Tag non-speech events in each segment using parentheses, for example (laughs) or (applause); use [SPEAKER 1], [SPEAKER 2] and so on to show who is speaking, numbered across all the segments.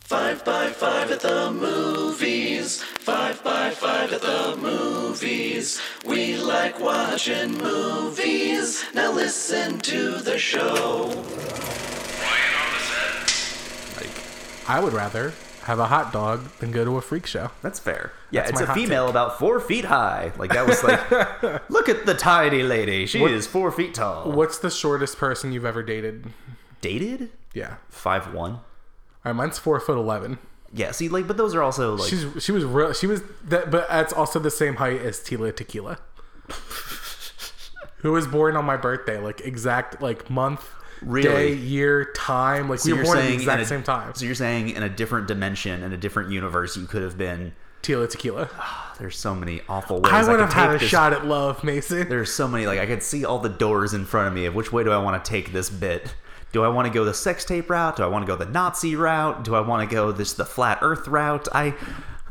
[SPEAKER 1] Five by five at the movies. Five by five at the movies. We like watching movies. Now listen to the show.
[SPEAKER 2] I would rather have a hot dog than go to a freak show.
[SPEAKER 3] That's fair. Yeah,
[SPEAKER 2] That's
[SPEAKER 3] it's
[SPEAKER 2] my
[SPEAKER 3] a
[SPEAKER 2] hot
[SPEAKER 3] female about four feet high. Like that
[SPEAKER 2] (laughs)
[SPEAKER 3] was like, look at the tiny lady. She
[SPEAKER 2] What-
[SPEAKER 3] is four feet tall.
[SPEAKER 2] What's the shortest person you've ever dated?
[SPEAKER 3] Dated
[SPEAKER 2] Yeah.
[SPEAKER 3] five one.
[SPEAKER 2] All right, mine's four foot eleven.
[SPEAKER 3] Yeah. See, like, but those are also like
[SPEAKER 2] She's she was real. She was that, but that's also the same height as Tila (laughs) Tequila, who was born on my birthday, like exact like month, day,
[SPEAKER 3] Really?
[SPEAKER 2] year, time. Like
[SPEAKER 3] so
[SPEAKER 2] we were
[SPEAKER 3] you're
[SPEAKER 2] born at the
[SPEAKER 3] saying in
[SPEAKER 2] exact
[SPEAKER 3] a-
[SPEAKER 2] same time.
[SPEAKER 3] So you're saying in a different dimension, in a different universe, you could have been. "Oh,
[SPEAKER 2] Tila Tequila.
[SPEAKER 3] There's so many awful ways
[SPEAKER 2] I
[SPEAKER 3] I
[SPEAKER 2] would
[SPEAKER 3] could
[SPEAKER 2] have had
[SPEAKER 3] take
[SPEAKER 2] a
[SPEAKER 3] this-
[SPEAKER 2] shot at love, Mason.
[SPEAKER 3] There's so many. Like I could see all the doors in front of me. Of which way do I want to take this bit? Do I want to go the sex tape route? Do I want to go the Nazi route? Do I want to go this the flat Earth route? I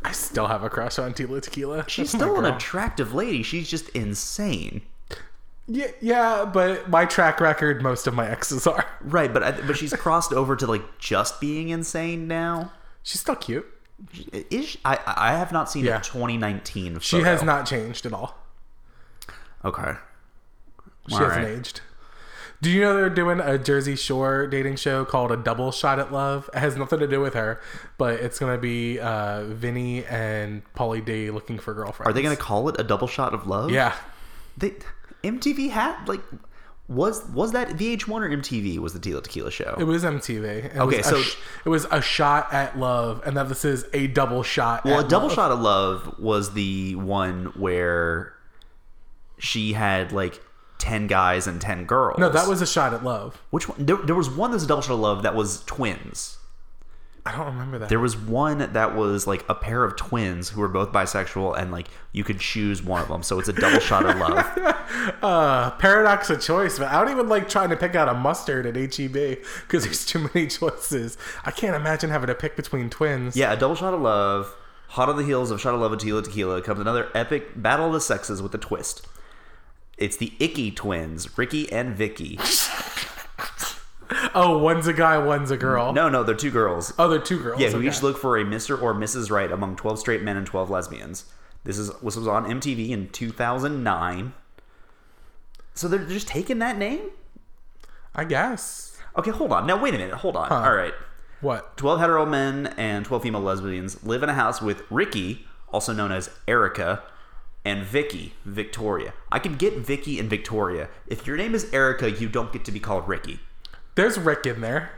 [SPEAKER 2] I still have a crush on Tila Tequila.
[SPEAKER 3] She's
[SPEAKER 2] That's Oh my
[SPEAKER 3] still an
[SPEAKER 2] girl.
[SPEAKER 3] attractive lady. She's just insane.
[SPEAKER 2] yeah, yeah, but my track record, most of my exes are.
[SPEAKER 3] Right, but I, but she's crossed over to like just being insane now.
[SPEAKER 2] She's still cute.
[SPEAKER 3] Is she, I I have not seen
[SPEAKER 2] Yeah.
[SPEAKER 3] a 2019.
[SPEAKER 2] She
[SPEAKER 3] photo.
[SPEAKER 2] has not changed at all.
[SPEAKER 3] Okay.
[SPEAKER 2] She
[SPEAKER 3] All
[SPEAKER 2] hasn't
[SPEAKER 3] right.
[SPEAKER 2] aged. Do you know they're doing a Jersey Shore dating show called A Double Shot at Love? It has nothing to do with her, but it's gonna be uh, Vinny and Polly D looking for girlfriends.
[SPEAKER 3] Are they gonna call it a double shot of love?
[SPEAKER 2] Yeah,
[SPEAKER 3] They, MTV had like was was that VH1 or MTV was the Tila Tequila show?
[SPEAKER 2] it was MTV. It
[SPEAKER 3] Okay,
[SPEAKER 2] was a
[SPEAKER 3] so-
[SPEAKER 2] sh- it was a shot at love, and now this is a double shot.
[SPEAKER 3] Well,
[SPEAKER 2] at
[SPEAKER 3] a double
[SPEAKER 2] love.
[SPEAKER 3] shot of love was the one where she had like ten guys and ten girls.
[SPEAKER 2] No, that was a shot at love.
[SPEAKER 3] which one? There, there was one that's a double shot of love that was twins.
[SPEAKER 2] I don't remember that.
[SPEAKER 3] There was one that was like a pair of twins who were both bisexual, and like you could choose one of them. So it's a double shot of
[SPEAKER 2] (laughs)
[SPEAKER 3] love.
[SPEAKER 2] uh, paradox of choice, but I don't even like trying to pick out a mustard at HEB because there's too many choices. I can't imagine having to pick between twins.
[SPEAKER 3] Yeah, a double shot of love. Hot on the heels of Shot of Love and Tequila Tequila comes another epic battle of the sexes with a twist. It's the Icky twins, Ricky and
[SPEAKER 2] (laughs)
[SPEAKER 3] Vicky.
[SPEAKER 2] Oh, one's a guy, one's a girl.
[SPEAKER 3] No, no, they're two girls.
[SPEAKER 2] Oh, they're two girls.
[SPEAKER 3] Yeah, who
[SPEAKER 2] okay.
[SPEAKER 3] each look for a Mr. or Mrs. Right among 12 straight men and 12 lesbians. This is this was on MTV in 2009. So they're just taking that name?
[SPEAKER 2] I guess.
[SPEAKER 3] Okay, hold on. Now, wait a minute. Hold on. All right.
[SPEAKER 2] What?
[SPEAKER 3] 12 hetero men and 12 female lesbians live in a house with Ricky, also known as Erica, and Vicky, Victoria. I could get Vicky and Victoria. If your name is Erica, you don't get to be called Ricky.
[SPEAKER 2] There's Rick in there.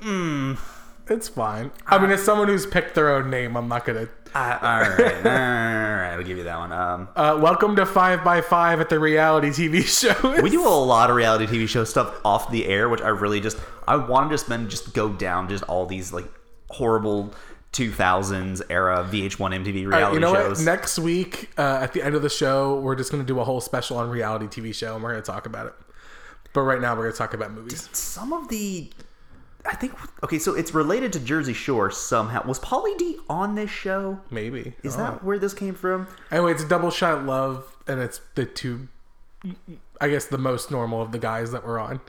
[SPEAKER 3] Hmm.
[SPEAKER 2] Mm. It's fine. I mean, as someone who's picked their own name, I'm not gonna.
[SPEAKER 3] Uh, all right. (laughs) all right. I'll give you that one. Um,
[SPEAKER 2] Uh, welcome to Five by Five at the reality TV (laughs) show.
[SPEAKER 3] we do a lot of reality TV show stuff off the air, which I really just I want to just then just go down just all these like horrible 2000s era VH1 MTV
[SPEAKER 2] All right,
[SPEAKER 3] reality
[SPEAKER 2] you know
[SPEAKER 3] shows.
[SPEAKER 2] what? Next week, uh, at the end of the show, we're just gonna do a whole special on reality TV show, and we're gonna talk about it. But right now, we're gonna talk about movies.
[SPEAKER 3] Some of the I think okay, so it's related to Jersey Shore somehow. Was Polly D on this show?
[SPEAKER 2] Maybe Oh.
[SPEAKER 3] Is that where this came from?
[SPEAKER 2] Anyway, it's a double shot love, and it's the two. I guess the most normal of the guys that we're on.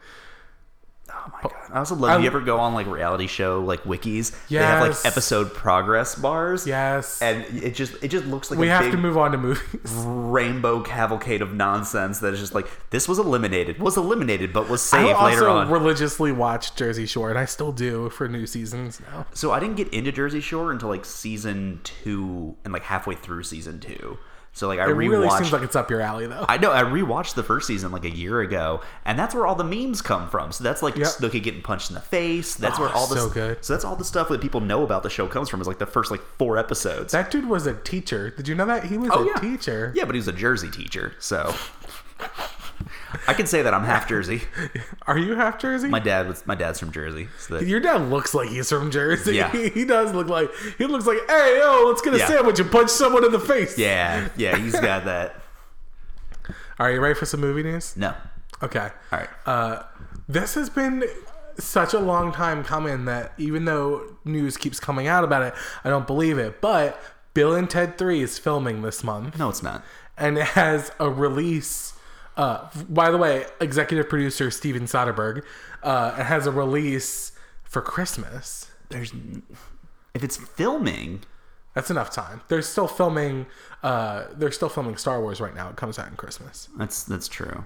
[SPEAKER 3] Oh my god! I also love.
[SPEAKER 2] I'm-
[SPEAKER 3] you ever go on like reality show like wikis? They have
[SPEAKER 2] Um, Yes.
[SPEAKER 3] like episode progress bars.
[SPEAKER 2] Yes,
[SPEAKER 3] And it just it just looks like
[SPEAKER 2] we
[SPEAKER 3] a
[SPEAKER 2] have
[SPEAKER 3] big
[SPEAKER 2] to move on to movies.
[SPEAKER 3] rainbow cavalcade of nonsense that is just like this was eliminated, was eliminated, but was
[SPEAKER 2] (laughs) I
[SPEAKER 3] saved
[SPEAKER 2] also
[SPEAKER 3] later on.
[SPEAKER 2] religiously watched Jersey Shore, and I still do for new seasons now.
[SPEAKER 3] so I didn't get into Jersey Shore until like season two and like halfway through season two. So like I
[SPEAKER 2] It
[SPEAKER 3] rewatched.
[SPEAKER 2] really seems like it's up your alley, though.
[SPEAKER 3] I know I rewatched the first season like a year ago, and that's where all the memes come from. So that's like
[SPEAKER 2] Yep.
[SPEAKER 3] Snooki getting punched in the face. That's where
[SPEAKER 2] Oh,
[SPEAKER 3] all the
[SPEAKER 2] so good.
[SPEAKER 3] so that's all the stuff that people know about the show comes from. Is like the first like four episodes.
[SPEAKER 2] that dude was a teacher. Did you know that he was
[SPEAKER 3] Oh,
[SPEAKER 2] a
[SPEAKER 3] yeah.
[SPEAKER 2] teacher?
[SPEAKER 3] yeah, but he was a Jersey teacher, so I can say that I'm half Jersey.
[SPEAKER 2] Are you half Jersey?
[SPEAKER 3] My dad was my dad's from Jersey. So
[SPEAKER 2] (laughs)
[SPEAKER 3] that,
[SPEAKER 2] your dad looks like he's from Jersey.
[SPEAKER 3] Yeah.
[SPEAKER 2] (laughs) he does look like he looks like, hey yo, let's get a
[SPEAKER 3] Yeah.
[SPEAKER 2] sandwich and punch someone in the face.
[SPEAKER 3] yeah, yeah, he's got that.
[SPEAKER 2] Are you ready for some movie news?
[SPEAKER 3] No.
[SPEAKER 2] Okay.
[SPEAKER 3] All right.
[SPEAKER 2] Uh, this has been such a long time coming that even though news keeps coming out about it, I don't believe it. But Bill and Ted 3 is filming this month.
[SPEAKER 3] No, it's not.
[SPEAKER 2] and it has a release. Uh, by the way, executive producer Steven Soderbergh, uh, it has a release for Christmas.
[SPEAKER 3] There's If it's filming,
[SPEAKER 2] That's enough time. They're still filming. Uh, they're still filming Star Wars right now. It comes out in Christmas.
[SPEAKER 3] that's that's true.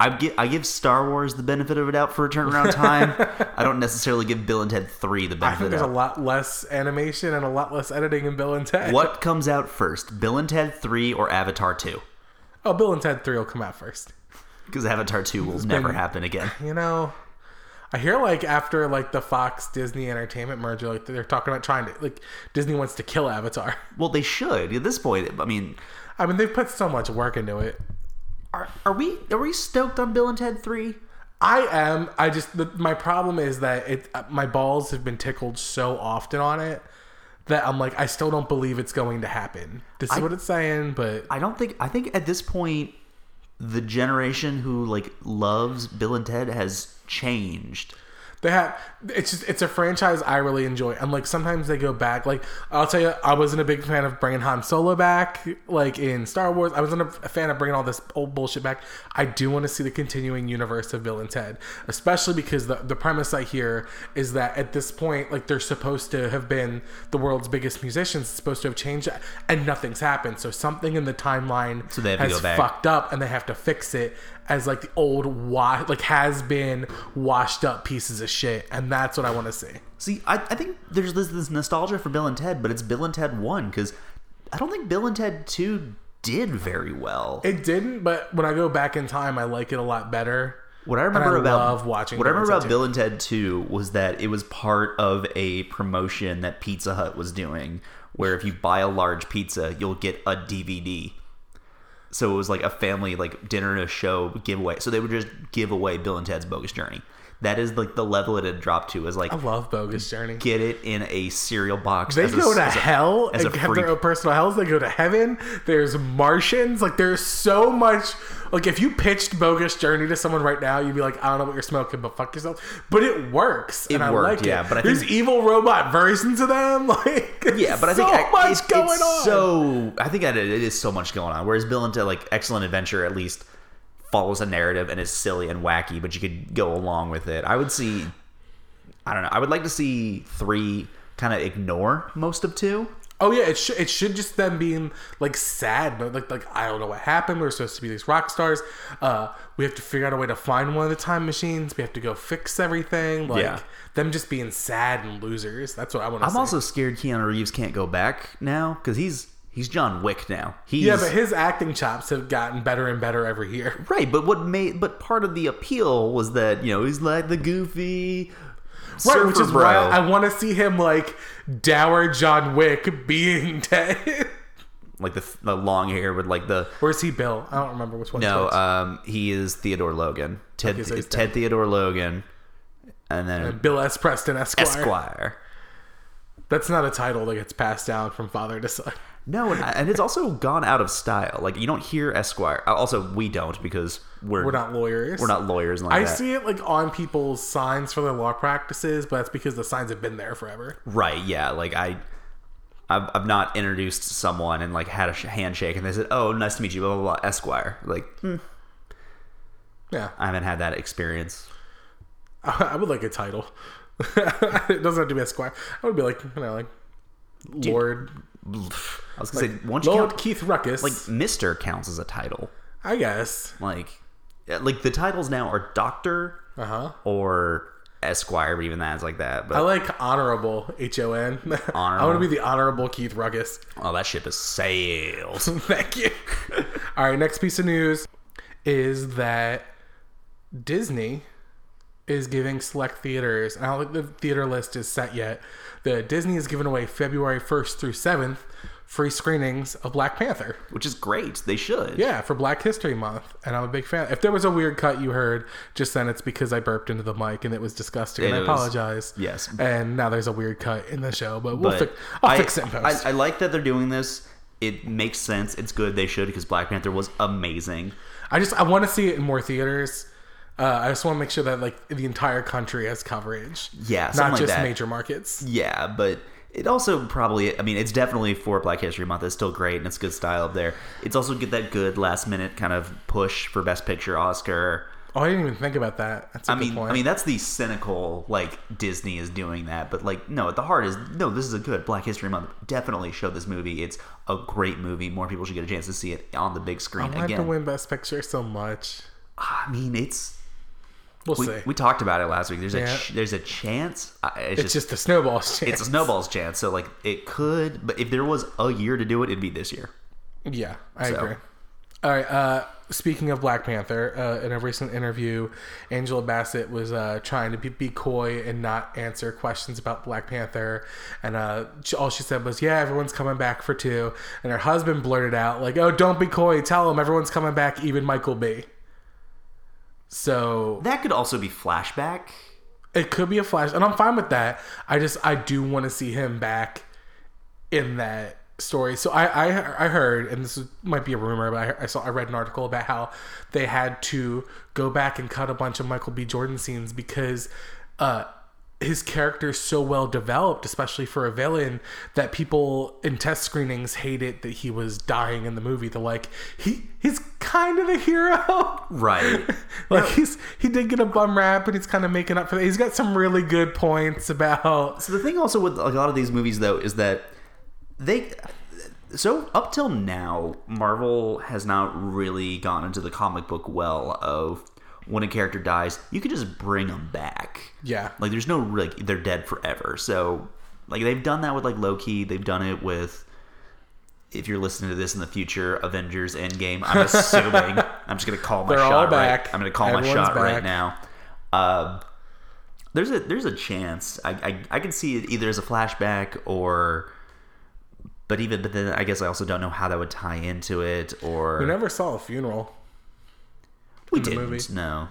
[SPEAKER 3] I give I give Star Wars the benefit of a doubt for a
[SPEAKER 2] (laughs)
[SPEAKER 3] turnaround time. I don't necessarily give Bill and Ted Three the
[SPEAKER 2] I think
[SPEAKER 3] benefit
[SPEAKER 2] there's
[SPEAKER 3] of
[SPEAKER 2] a
[SPEAKER 3] the doubt.
[SPEAKER 2] lot less animation and a lot less editing in Bill and Ted.
[SPEAKER 3] What comes out first, Bill and Ted Three or Avatar Two?
[SPEAKER 2] Oh, Bill and Ted Three will come out first.
[SPEAKER 3] Because Avatar Two will never happen again.
[SPEAKER 2] You know, I hear like after like the Fox Disney Entertainment merger, like they're talking about trying to like Disney wants to kill Avatar. (laughs)
[SPEAKER 3] Well, they should at this point. I mean,
[SPEAKER 2] I mean, they've put so much work into it.
[SPEAKER 3] are, are we are we stoked on Bill and Ted Three?
[SPEAKER 2] I am. I just the, my problem is that it uh, my balls have been tickled so often on it that I'm like I still don't believe it's going to happen. This is what it's saying, but
[SPEAKER 3] I don't think I think at this point the generation who like loves Bill and Ted has changed.
[SPEAKER 2] They have it's just it's a franchise I really enjoy. And like sometimes they go back. Like I'll tell you, I wasn't a big fan of bringing Han Solo back, like in Star Wars. I wasn't a fan of bringing all this old bullshit back. I do want to see the continuing universe of Bill and Ted, especially because the the premise I hear is that at this point, like they're supposed to have been the world's biggest musicians, it's supposed to have changed, that, and nothing's happened. So something in the timeline
[SPEAKER 3] So they have to
[SPEAKER 2] has
[SPEAKER 3] go back.
[SPEAKER 2] fucked fucked up and they have to fix it as like the old wa- like has been washed up pieces of shit and that's what i want to see
[SPEAKER 3] See, I, I think there's this, this nostalgia for Bill and Ted, but it's Bill and Ted one because I don't think Bill and Ted two did very well.
[SPEAKER 2] it didn't but when i go back in time i like it a lot better
[SPEAKER 3] what I remember
[SPEAKER 2] I
[SPEAKER 3] about
[SPEAKER 2] love watching
[SPEAKER 3] what I
[SPEAKER 2] Bill and
[SPEAKER 3] remember about
[SPEAKER 2] Ted 2.
[SPEAKER 3] Bill and Ted Two was that it was part of a promotion that Pizza Hut was doing, where if you buy a large pizza, you'll get a DVD. So it was like a family like dinner and a show giveaway. So they would just give away Bill and Ted's Bogus Journey. That is like the level it had dropped to. Is like
[SPEAKER 2] i love bogus journey
[SPEAKER 3] get it in a cereal box.
[SPEAKER 2] Oh. they
[SPEAKER 3] as a-
[SPEAKER 2] go to
[SPEAKER 3] as a-
[SPEAKER 2] hell
[SPEAKER 3] as a
[SPEAKER 2] and have
[SPEAKER 3] freak.
[SPEAKER 2] their own personal hells they go to heaven there's martians like there's so much like if you pitched bogus journey to someone right now you'd be like i don't know what you're smoking but fuck yourself but it works
[SPEAKER 3] It
[SPEAKER 2] and
[SPEAKER 3] worked,
[SPEAKER 2] i like
[SPEAKER 3] yeah,
[SPEAKER 2] it
[SPEAKER 3] but I
[SPEAKER 2] there's
[SPEAKER 3] think-
[SPEAKER 2] evil robot versions of them (laughs) like
[SPEAKER 3] Yeah, but I
[SPEAKER 2] so
[SPEAKER 3] think I-
[SPEAKER 2] much
[SPEAKER 3] it's- it's
[SPEAKER 2] going on
[SPEAKER 3] So I think that it it is so much going on. Whereas Bill and Ted, like Excellent Adventure, at least follows a narrative and is silly and wacky, but you could go along with it. I would see, I don't know. I would like to see three kind of ignore most of two.
[SPEAKER 2] Oh yeah, it should it should just them being like sad, but like like I don't know what happened. We were supposed to be these rock stars. Uh, we have to figure out a way to find one of the time machines. We have to go fix everything. Like
[SPEAKER 3] Yeah.
[SPEAKER 2] them just being sad and losers. That's what I want to.
[SPEAKER 3] I'm also scared Keanu Reeves can't go back now because he's he's John Wick now. He's
[SPEAKER 2] yeah, but his acting chops have gotten better and better every year. (laughs)
[SPEAKER 3] right. But what made but part of the appeal was that you know he's like the goofy.
[SPEAKER 2] Right,
[SPEAKER 3] surfer
[SPEAKER 2] which is
[SPEAKER 3] bro.
[SPEAKER 2] why I want to see him like dour John Wick being (laughs) dead.
[SPEAKER 3] like the, the long hair with like the
[SPEAKER 2] Where's he, Bill? I don't remember which one.
[SPEAKER 3] No,
[SPEAKER 2] it's.
[SPEAKER 3] um, he is Theodore Logan. Ted
[SPEAKER 2] Okay, so he's
[SPEAKER 3] Ted Theodore Logan, and then
[SPEAKER 2] Bill S. Preston Esquire.
[SPEAKER 3] uh, Esquire.
[SPEAKER 2] That's not a title that gets passed down from father to son.
[SPEAKER 3] No, and, and it's also gone out of style. Like you don't hear Esquire. Uh, Also, we don't because we're
[SPEAKER 2] We're not lawyers.
[SPEAKER 3] we're not lawyers. and Like
[SPEAKER 2] I
[SPEAKER 3] that.
[SPEAKER 2] see it like on people's signs for their law practices, but that's because the signs have been there forever.
[SPEAKER 3] Right? Yeah. Like I. I've, I've not introduced someone and like had a sh- handshake and they said, "Oh, nice to meet you." Blah blah blah. Esquire. Like hmm,
[SPEAKER 2] Yeah,
[SPEAKER 3] I haven't had that experience.
[SPEAKER 2] I, I would like a title. (laughs) it doesn't have to be a squire. I would be like, you know, like Lord
[SPEAKER 3] I was gonna say, once you
[SPEAKER 2] Lord
[SPEAKER 3] count,
[SPEAKER 2] Keith Ruckus.
[SPEAKER 3] like Mister counts as a title.
[SPEAKER 2] I guess.
[SPEAKER 3] Like, yeah, like the titles now are Doctor,
[SPEAKER 2] Uh huh.
[SPEAKER 3] or Esquire, but even that's like that.
[SPEAKER 2] I
[SPEAKER 3] But
[SPEAKER 2] like honorable H O N. (laughs) I want to be the honorable Keith Ruckus.
[SPEAKER 3] oh, that ship is
[SPEAKER 2] (laughs)
[SPEAKER 3] sailed.
[SPEAKER 2] Thank you. All right, next piece of news is that Disney is giving select theaters, and I don't think the theater list is set yet. The Disney is giving away February 1st through 7th free screenings of Black Panther.
[SPEAKER 3] which is great. They should.
[SPEAKER 2] Yeah, for Black History Month, and I'm a big fan. If there was a weird cut you heard just then, it's because I burped into the mic and it was disgusting, and
[SPEAKER 3] It
[SPEAKER 2] I
[SPEAKER 3] was-
[SPEAKER 2] apologize.
[SPEAKER 3] yes.
[SPEAKER 2] And now there's a weird cut in the show, but we'll
[SPEAKER 3] But
[SPEAKER 2] fix. I'll
[SPEAKER 3] I-
[SPEAKER 2] fix it in post.
[SPEAKER 3] I, I like that they're doing this. It makes sense. It's good. They should because Black Panther was amazing.
[SPEAKER 2] I just I want to see it in more theaters. Uh, I just want to make sure that like the entire country has coverage.
[SPEAKER 3] Yeah, something
[SPEAKER 2] not
[SPEAKER 3] like
[SPEAKER 2] just
[SPEAKER 3] that.
[SPEAKER 2] major markets.
[SPEAKER 3] Yeah, but it also probably. I mean, it's definitely for Black History Month. It's still great and it's good style up there. It's also get that good last minute kind of push for Best Picture Oscar.
[SPEAKER 2] Oh, I didn't even think about that. That's a
[SPEAKER 3] I
[SPEAKER 2] good
[SPEAKER 3] mean,
[SPEAKER 2] point.
[SPEAKER 3] I mean that's the cynical like Disney is doing that, but like no, at the heart is no. This is a good Black History Month. Definitely show this movie. It's a great movie. More people should get a chance to see it on the big
[SPEAKER 2] I'm
[SPEAKER 3] screen
[SPEAKER 2] gonna have to
[SPEAKER 3] again.
[SPEAKER 2] win Best Picture so much.
[SPEAKER 3] I mean, it's
[SPEAKER 2] We'll
[SPEAKER 3] we,
[SPEAKER 2] see.
[SPEAKER 3] we talked about it last week. There's
[SPEAKER 2] Yeah.
[SPEAKER 3] a ch- there's a chance. I- It's,
[SPEAKER 2] it's
[SPEAKER 3] just,
[SPEAKER 2] just a snowball's chance.
[SPEAKER 3] it's a snowball's chance. So like it could, but if there was a year to do it, it'd be this year.
[SPEAKER 2] Yeah, I
[SPEAKER 3] So-
[SPEAKER 2] agree. All right. Uh, speaking of Black Panther, uh, in a recent interview, Angela Bassett was uh, trying to be, be coy and not answer questions about Black Panther, and uh, she, all she said was, "Yeah, everyone's coming back for two. And her husband blurted out, "Like, oh, don't be coy. Tell them everyone's coming back, even Michael B." So
[SPEAKER 3] That could also be flashback.
[SPEAKER 2] it could be a flash, and I'm fine with that. I just I do want to see him back in that story. So I I, I heard, and this is, might be a rumor, but I, I saw I read an article about how they had to go back and cut a bunch of Michael B. Jordan scenes because uh, his character is so well developed, especially for a villain, that people in test screenings hated that he was dying in the movie. They're like, he he's kind of a hero. (laughs)
[SPEAKER 3] (laughs) Right.
[SPEAKER 2] Like he's he did get a bum rap, and he's kind of making up for that. He's got some really good points about.
[SPEAKER 3] So the thing also with a lot of these movies though is that they so up till now Marvel has not really gone into the comic book well of when a character dies, you can just bring them back.
[SPEAKER 2] Yeah,
[SPEAKER 3] Like there's no like they're dead forever. So like they've done that with like Loki, they've done it with if you're listening to this in the future, Avengers Endgame, I'm
[SPEAKER 2] (laughs)
[SPEAKER 3] assuming I'm just gonna call my
[SPEAKER 2] They're all
[SPEAKER 3] shot
[SPEAKER 2] back.
[SPEAKER 3] right. I'm gonna call my
[SPEAKER 2] Everyone's
[SPEAKER 3] shot right
[SPEAKER 2] back.
[SPEAKER 3] now. Um there's a there's a chance I, I I can see it either as a flashback or, but even but then I guess I also don't know how that would tie into it or
[SPEAKER 2] we never saw a funeral.
[SPEAKER 3] we
[SPEAKER 2] the
[SPEAKER 3] didn't
[SPEAKER 2] movie.
[SPEAKER 3] no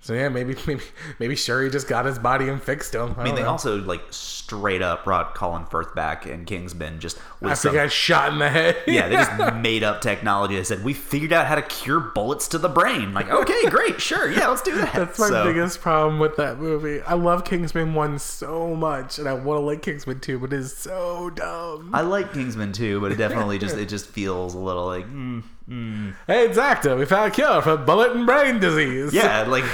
[SPEAKER 2] So yeah, maybe maybe maybe Shuri just got his body and fixed him. I,
[SPEAKER 3] I mean, they
[SPEAKER 2] know.
[SPEAKER 3] also like straight up brought Colin Firth back and Kingsman just with
[SPEAKER 2] After
[SPEAKER 3] some.
[SPEAKER 2] he got shot in the head.
[SPEAKER 3] Yeah, they just made up technology. They said we figured out how to cure bullets to the brain. Like, okay, great, sure, yeah, let's do
[SPEAKER 2] (laughs)
[SPEAKER 3] that.
[SPEAKER 2] That's my
[SPEAKER 3] So,
[SPEAKER 2] biggest problem with that movie. I love Kingsman one so much, and I want to like Kingsman two, but it's so dumb.
[SPEAKER 3] I like Kingsman too, but it definitely just it just feels a little like mm, mm.
[SPEAKER 2] Hey, exacto. We found a cure for bullet and brain disease.
[SPEAKER 3] yeah, like.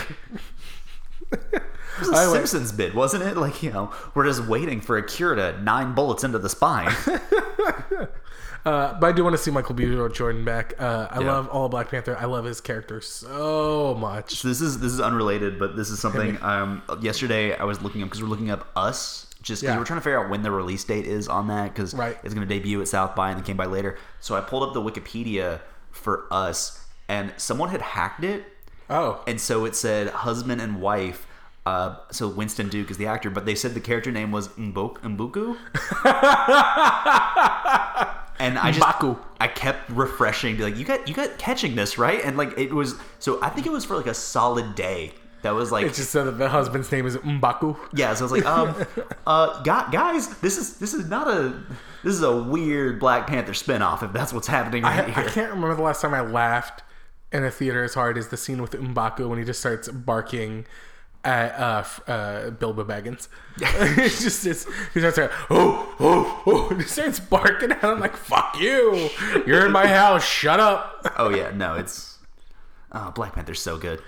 [SPEAKER 3] It was a
[SPEAKER 2] I like-
[SPEAKER 3] Simpsons bit, wasn't it? Like, you know, we're just waiting for a cure to nine bullets into the spine.
[SPEAKER 2] Uh, but I do want to see Michael B. Jordan back. Uh, I
[SPEAKER 3] Yeah.
[SPEAKER 2] love all of Black Panther. I love his character so much.
[SPEAKER 3] So this is this is unrelated, but this
[SPEAKER 2] (laughs)
[SPEAKER 3] is something. Um, yesterday I was looking up because we're looking up Us, just because
[SPEAKER 2] Yeah.
[SPEAKER 3] we're trying to figure out when the release date is on that because
[SPEAKER 2] Right.
[SPEAKER 3] it's going to debut at South by and then came by later. So I pulled up the Wikipedia for Us, and someone had hacked it,
[SPEAKER 2] Oh,
[SPEAKER 3] and so it said husband and wife. Uh, so Winston Duke is the actor, but they said the character name was Mbok
[SPEAKER 2] (laughs)
[SPEAKER 3] Mbuku. and I just
[SPEAKER 2] Mbaku.
[SPEAKER 3] I kept refreshing, be like, you got you got catching this right, and like it was. So I think it was for like a solid day. That was like
[SPEAKER 2] it just said that the husband's name is Mbaku.
[SPEAKER 3] yeah, so I was
[SPEAKER 2] (laughs)
[SPEAKER 3] like, um, uh, gu- guys, this is this is not a this is a weird Black Panther spinoff if that's what's happening
[SPEAKER 2] I,
[SPEAKER 3] right
[SPEAKER 2] I
[SPEAKER 3] here.
[SPEAKER 2] can't remember the last time I laughed in a theater as hard as the scene with Umbaku when he just starts barking at uh, f- uh, Bilbo Baggins. it's just it's, (laughs) he starts like, oh, oh, oh, and he starts barking at him like, fuck you. You're in my house. Shut up.
[SPEAKER 3] Oh yeah, no, it's oh, Black Panther's so good.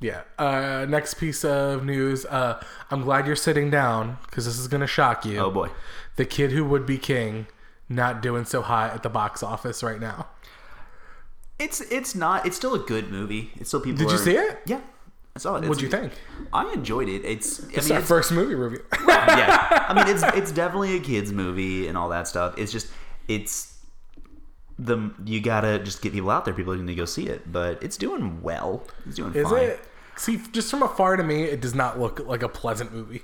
[SPEAKER 2] Yeah. Uh, next piece of news. Uh, I'm glad you're sitting down because this is going to shock you.
[SPEAKER 3] Oh boy,
[SPEAKER 2] The kid who would be king not doing so hot at the box office right now.
[SPEAKER 3] it's it's not it's still a good movie. It's still people.
[SPEAKER 2] Did you
[SPEAKER 3] are-
[SPEAKER 2] see it?
[SPEAKER 3] Yeah, I saw it. It's-
[SPEAKER 2] What'd you think?
[SPEAKER 3] I enjoyed it. It's I
[SPEAKER 2] It's
[SPEAKER 3] mean,
[SPEAKER 2] our
[SPEAKER 3] it's-
[SPEAKER 2] first movie review. (laughs)
[SPEAKER 3] yeah. (laughs) I mean, it's it's definitely a kids movie and all that stuff. It's just it's the you gotta just get people out there. People are going to go see it, but it's doing well. It's doing
[SPEAKER 2] Is
[SPEAKER 3] fine.
[SPEAKER 2] it? See, just from afar to me, it does not look like a pleasant movie.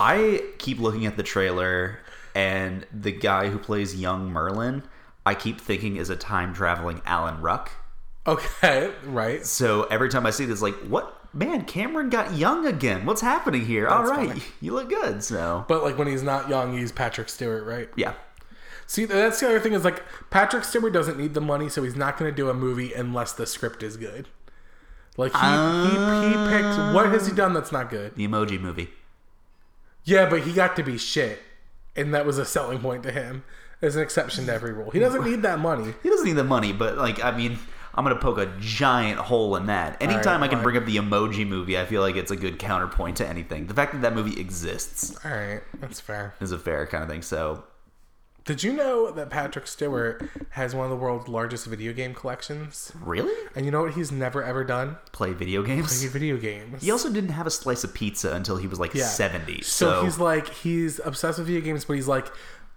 [SPEAKER 3] I keep looking at the trailer and the guy who plays young Merlin. I keep thinking is a time traveling Alan Ruck.
[SPEAKER 2] Okay, right.
[SPEAKER 3] So every time I see this, like, what man? Cameron got young again. What's happening here? all right, (laughs)
[SPEAKER 2] funny.
[SPEAKER 3] you look good. So
[SPEAKER 2] But like when he's not young, he's Patrick Stewart, right?
[SPEAKER 3] yeah,
[SPEAKER 2] See, that's the other thing is like Patrick Stewart doesn't need the money, so he's not going to do a movie unless the script is good. Like he, he, he picked what has he done that's not good?
[SPEAKER 3] the Emoji Movie.
[SPEAKER 2] Yeah, but he got to be shit, and that was a selling point to him. As an exception to every rule, he doesn't need that money.
[SPEAKER 3] He doesn't need the money, but like I mean, I'm gonna poke a giant hole in that. Anytime I can
[SPEAKER 2] fine.
[SPEAKER 3] bring up the emoji movie, I feel like it's a good counterpoint to anything. The fact that that movie exists
[SPEAKER 2] All right, that's fair.
[SPEAKER 3] is a fair kind of thing. So
[SPEAKER 2] Did you know that Patrick Stewart has one of the world's largest video game collections?
[SPEAKER 3] really,
[SPEAKER 2] And you know what he's never ever done?
[SPEAKER 3] play video
[SPEAKER 2] Play
[SPEAKER 3] games.
[SPEAKER 2] video games.
[SPEAKER 3] He also didn't have a slice of pizza until he was like
[SPEAKER 2] Yeah.
[SPEAKER 3] 70.
[SPEAKER 2] So,
[SPEAKER 3] So,
[SPEAKER 2] he's like he's obsessed with video games, but he's like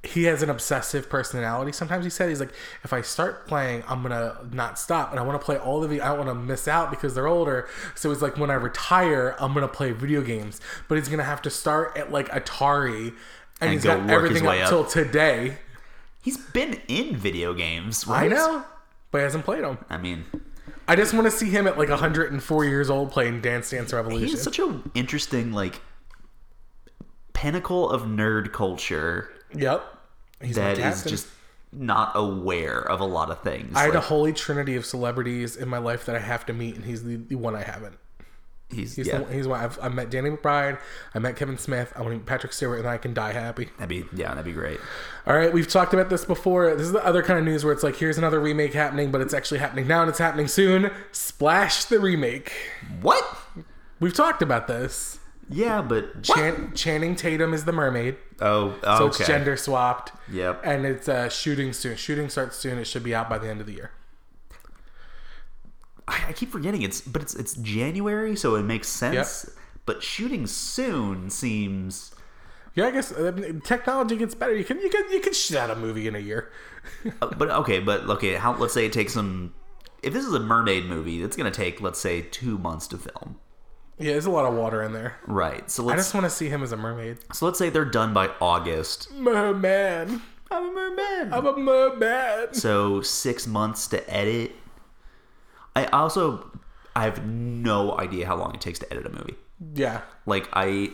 [SPEAKER 2] he has an obsessive personality. Sometimes he said he's like, if I start playing, I'm gonna not stop, and I want to play all the. Video- I don't want to miss out because they're older. So he's like, when I retire, I'm gonna play video games, but he's gonna have to start at like Atari, and, he's
[SPEAKER 3] go
[SPEAKER 2] got
[SPEAKER 3] work his
[SPEAKER 2] everything up,
[SPEAKER 3] way up.
[SPEAKER 2] till today.
[SPEAKER 3] he's been in video games,
[SPEAKER 2] I
[SPEAKER 3] right?
[SPEAKER 2] know, but he hasn't played them.
[SPEAKER 3] I mean,
[SPEAKER 2] I just want to see him at like 104 years old playing Dance Dance Revolution.
[SPEAKER 3] he's such a interesting like pinnacle of nerd culture
[SPEAKER 2] yep, he's my
[SPEAKER 3] that is
[SPEAKER 2] captain.
[SPEAKER 3] just not aware of a lot of things.
[SPEAKER 2] I had a
[SPEAKER 3] Like,
[SPEAKER 2] holy trinity of celebrities in my life that I have to meet, and he's the, the one I haven't.
[SPEAKER 3] he's,
[SPEAKER 2] He's
[SPEAKER 3] yeah.
[SPEAKER 2] the one, he's one I've, I met Danny McBride, I met Kevin Smith, I want to meet Patrick Stewart, and I can die happy.
[SPEAKER 3] That'd be yeah, that'd be great.
[SPEAKER 2] All right, we've talked about this before. This is the other kind of news where it's like, here's another remake happening, but it's actually happening now and it's happening soon. Splash the remake.
[SPEAKER 3] What?
[SPEAKER 2] We've talked about this.
[SPEAKER 3] Yeah, but what?
[SPEAKER 2] Chan- Channing Tatum is the mermaid,
[SPEAKER 3] Oh,
[SPEAKER 2] so
[SPEAKER 3] okay.
[SPEAKER 2] it's gender swapped.
[SPEAKER 3] Yep.
[SPEAKER 2] And it's uh, shooting soon. Shooting starts soon. It should be out by the end of the year.
[SPEAKER 3] I, I keep forgetting it's, but it's it's January, so it makes sense. But shooting soon seems
[SPEAKER 2] Yeah, I guess uh, technology gets better. You can you can you can shoot out a movie in a year.
[SPEAKER 3] Uh, but okay, but okay. How, let's say it takes them. If this is a mermaid movie, it's going to take let's say two months to film,
[SPEAKER 2] Yeah, there's a lot of water in there.
[SPEAKER 3] right? So
[SPEAKER 2] I
[SPEAKER 3] let's
[SPEAKER 2] just want to see him as a mermaid.
[SPEAKER 3] so let's say they're done by August.
[SPEAKER 2] Merman.
[SPEAKER 3] I'm a merman.
[SPEAKER 2] I'm a merman.
[SPEAKER 3] so six months to edit. I also I have no idea how long it takes to edit a movie.
[SPEAKER 2] Yeah.
[SPEAKER 3] Like I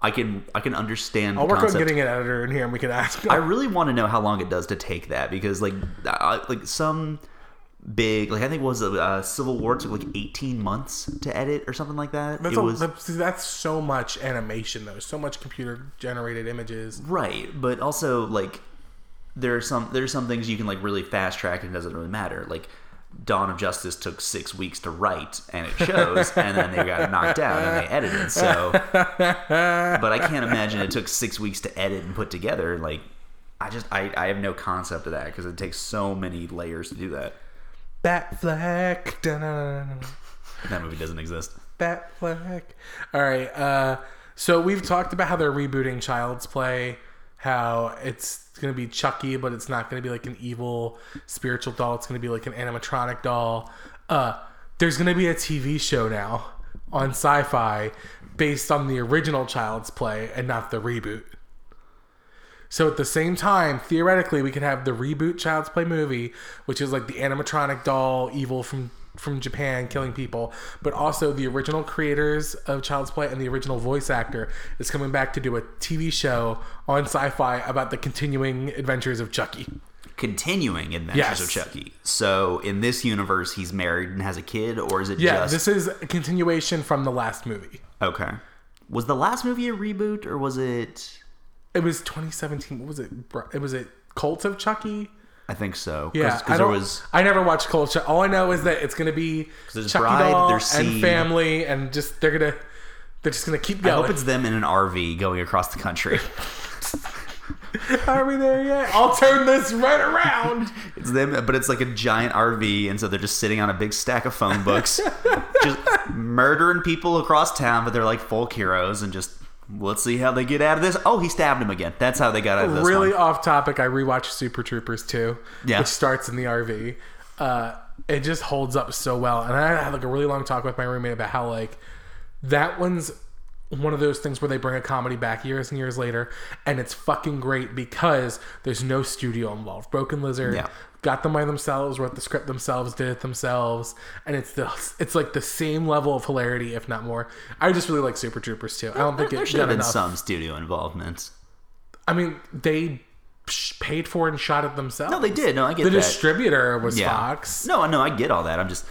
[SPEAKER 3] I can I can understand.
[SPEAKER 2] I'll
[SPEAKER 3] the
[SPEAKER 2] work
[SPEAKER 3] concept.
[SPEAKER 2] on getting an editor in here and we can ask.
[SPEAKER 3] I really want to know how long it does to take that because like I, I- like some big like I think it was uh, Civil War took like 18 months to edit or something like that.
[SPEAKER 2] that's,
[SPEAKER 3] it
[SPEAKER 2] a-
[SPEAKER 3] was
[SPEAKER 2] that- see, that's so much animation though. So much computer generated images.
[SPEAKER 3] right, but also like there are some there are some things you can like really fast track and it doesn't really matter. Like Dawn of Justice took six weeks to write and it shows, and then they got knocked out and they
[SPEAKER 2] (laughs)
[SPEAKER 3] edited. So, but I can't imagine it took six weeks to edit and put together. Like, I just I, I have no concept of that because it takes so many layers to do that.
[SPEAKER 2] Batfleck. Da-na-na-na-na.
[SPEAKER 3] That movie doesn't exist.
[SPEAKER 2] Batfleck. All right. Uh, so we've talked about how they're rebooting Child's Play, how it's going to be Chucky, but it's not going to be like an evil spiritual doll. It's going to be like an animatronic doll. Uh, there's going to be a TV show now on sci fi based on the original Child's Play and not the reboot. So at the same time, theoretically, we could have the reboot Child's Play movie, which is like the animatronic doll evil from from Japan killing people, but also the original creators of Child's Play and the original voice actor is coming back to do a TV show on Sci-Fi about the continuing adventures of Chucky.
[SPEAKER 3] Continuing Adventures
[SPEAKER 2] Yes.
[SPEAKER 3] of Chucky. So in this universe, he's married and has a kid, or is it
[SPEAKER 2] Yeah,
[SPEAKER 3] just
[SPEAKER 2] this is a continuation from the last movie.
[SPEAKER 3] okay? Was the last movie a reboot, or was it?
[SPEAKER 2] It was 2017. What was it? Bru- It was it Cult of Chucky.
[SPEAKER 3] I think so.
[SPEAKER 2] Yeah, I
[SPEAKER 3] because there
[SPEAKER 2] don't.
[SPEAKER 3] was
[SPEAKER 2] I never watched Cult. Chuck- All I know is that it's gonna be
[SPEAKER 3] there's
[SPEAKER 2] Chucky
[SPEAKER 3] Bride,
[SPEAKER 2] doll
[SPEAKER 3] there's
[SPEAKER 2] and
[SPEAKER 3] Seed.
[SPEAKER 2] family, and just they're gonna they're just gonna keep
[SPEAKER 3] I
[SPEAKER 2] going.
[SPEAKER 3] hope it's them in an RV going across the country. (laughs)
[SPEAKER 2] Are we there yet? I'll turn this right
[SPEAKER 3] (laughs)
[SPEAKER 2] around.
[SPEAKER 3] it's them, but it's like a giant RV, and so they're just sitting on a big stack of
[SPEAKER 2] (laughs)
[SPEAKER 3] phone books, just murdering people across town. But they're like folk heroes, and just let's see how they get out of this. Oh, he stabbed him again. That's how they got out of this.
[SPEAKER 2] really
[SPEAKER 3] one.
[SPEAKER 2] off topic. I rewatched Super Troopers 2,
[SPEAKER 3] Yeah.
[SPEAKER 2] which starts in the RV. Uh, it just holds up so well, and I had like a really long talk with my roommate about how like that one's one of those things where they bring a comedy back years and years later, and it's fucking great because there's no studio involved. Broken Lizard.
[SPEAKER 3] Yeah.
[SPEAKER 2] Got them by themselves, wrote the script themselves, did it themselves, and it's the it's like the same level of hilarity, if not more. I just really like Super Troopers too. I don't think
[SPEAKER 3] There
[SPEAKER 2] it's
[SPEAKER 3] should have
[SPEAKER 2] done
[SPEAKER 3] been
[SPEAKER 2] enough.
[SPEAKER 3] some studio involvement.
[SPEAKER 2] I mean, they sh- paid for and shot it themselves.
[SPEAKER 3] No, Oh, they did. No, I get
[SPEAKER 2] The
[SPEAKER 3] that.
[SPEAKER 2] distributor was
[SPEAKER 3] Yeah.
[SPEAKER 2] Fox.
[SPEAKER 3] No, no, I get all that. I'm just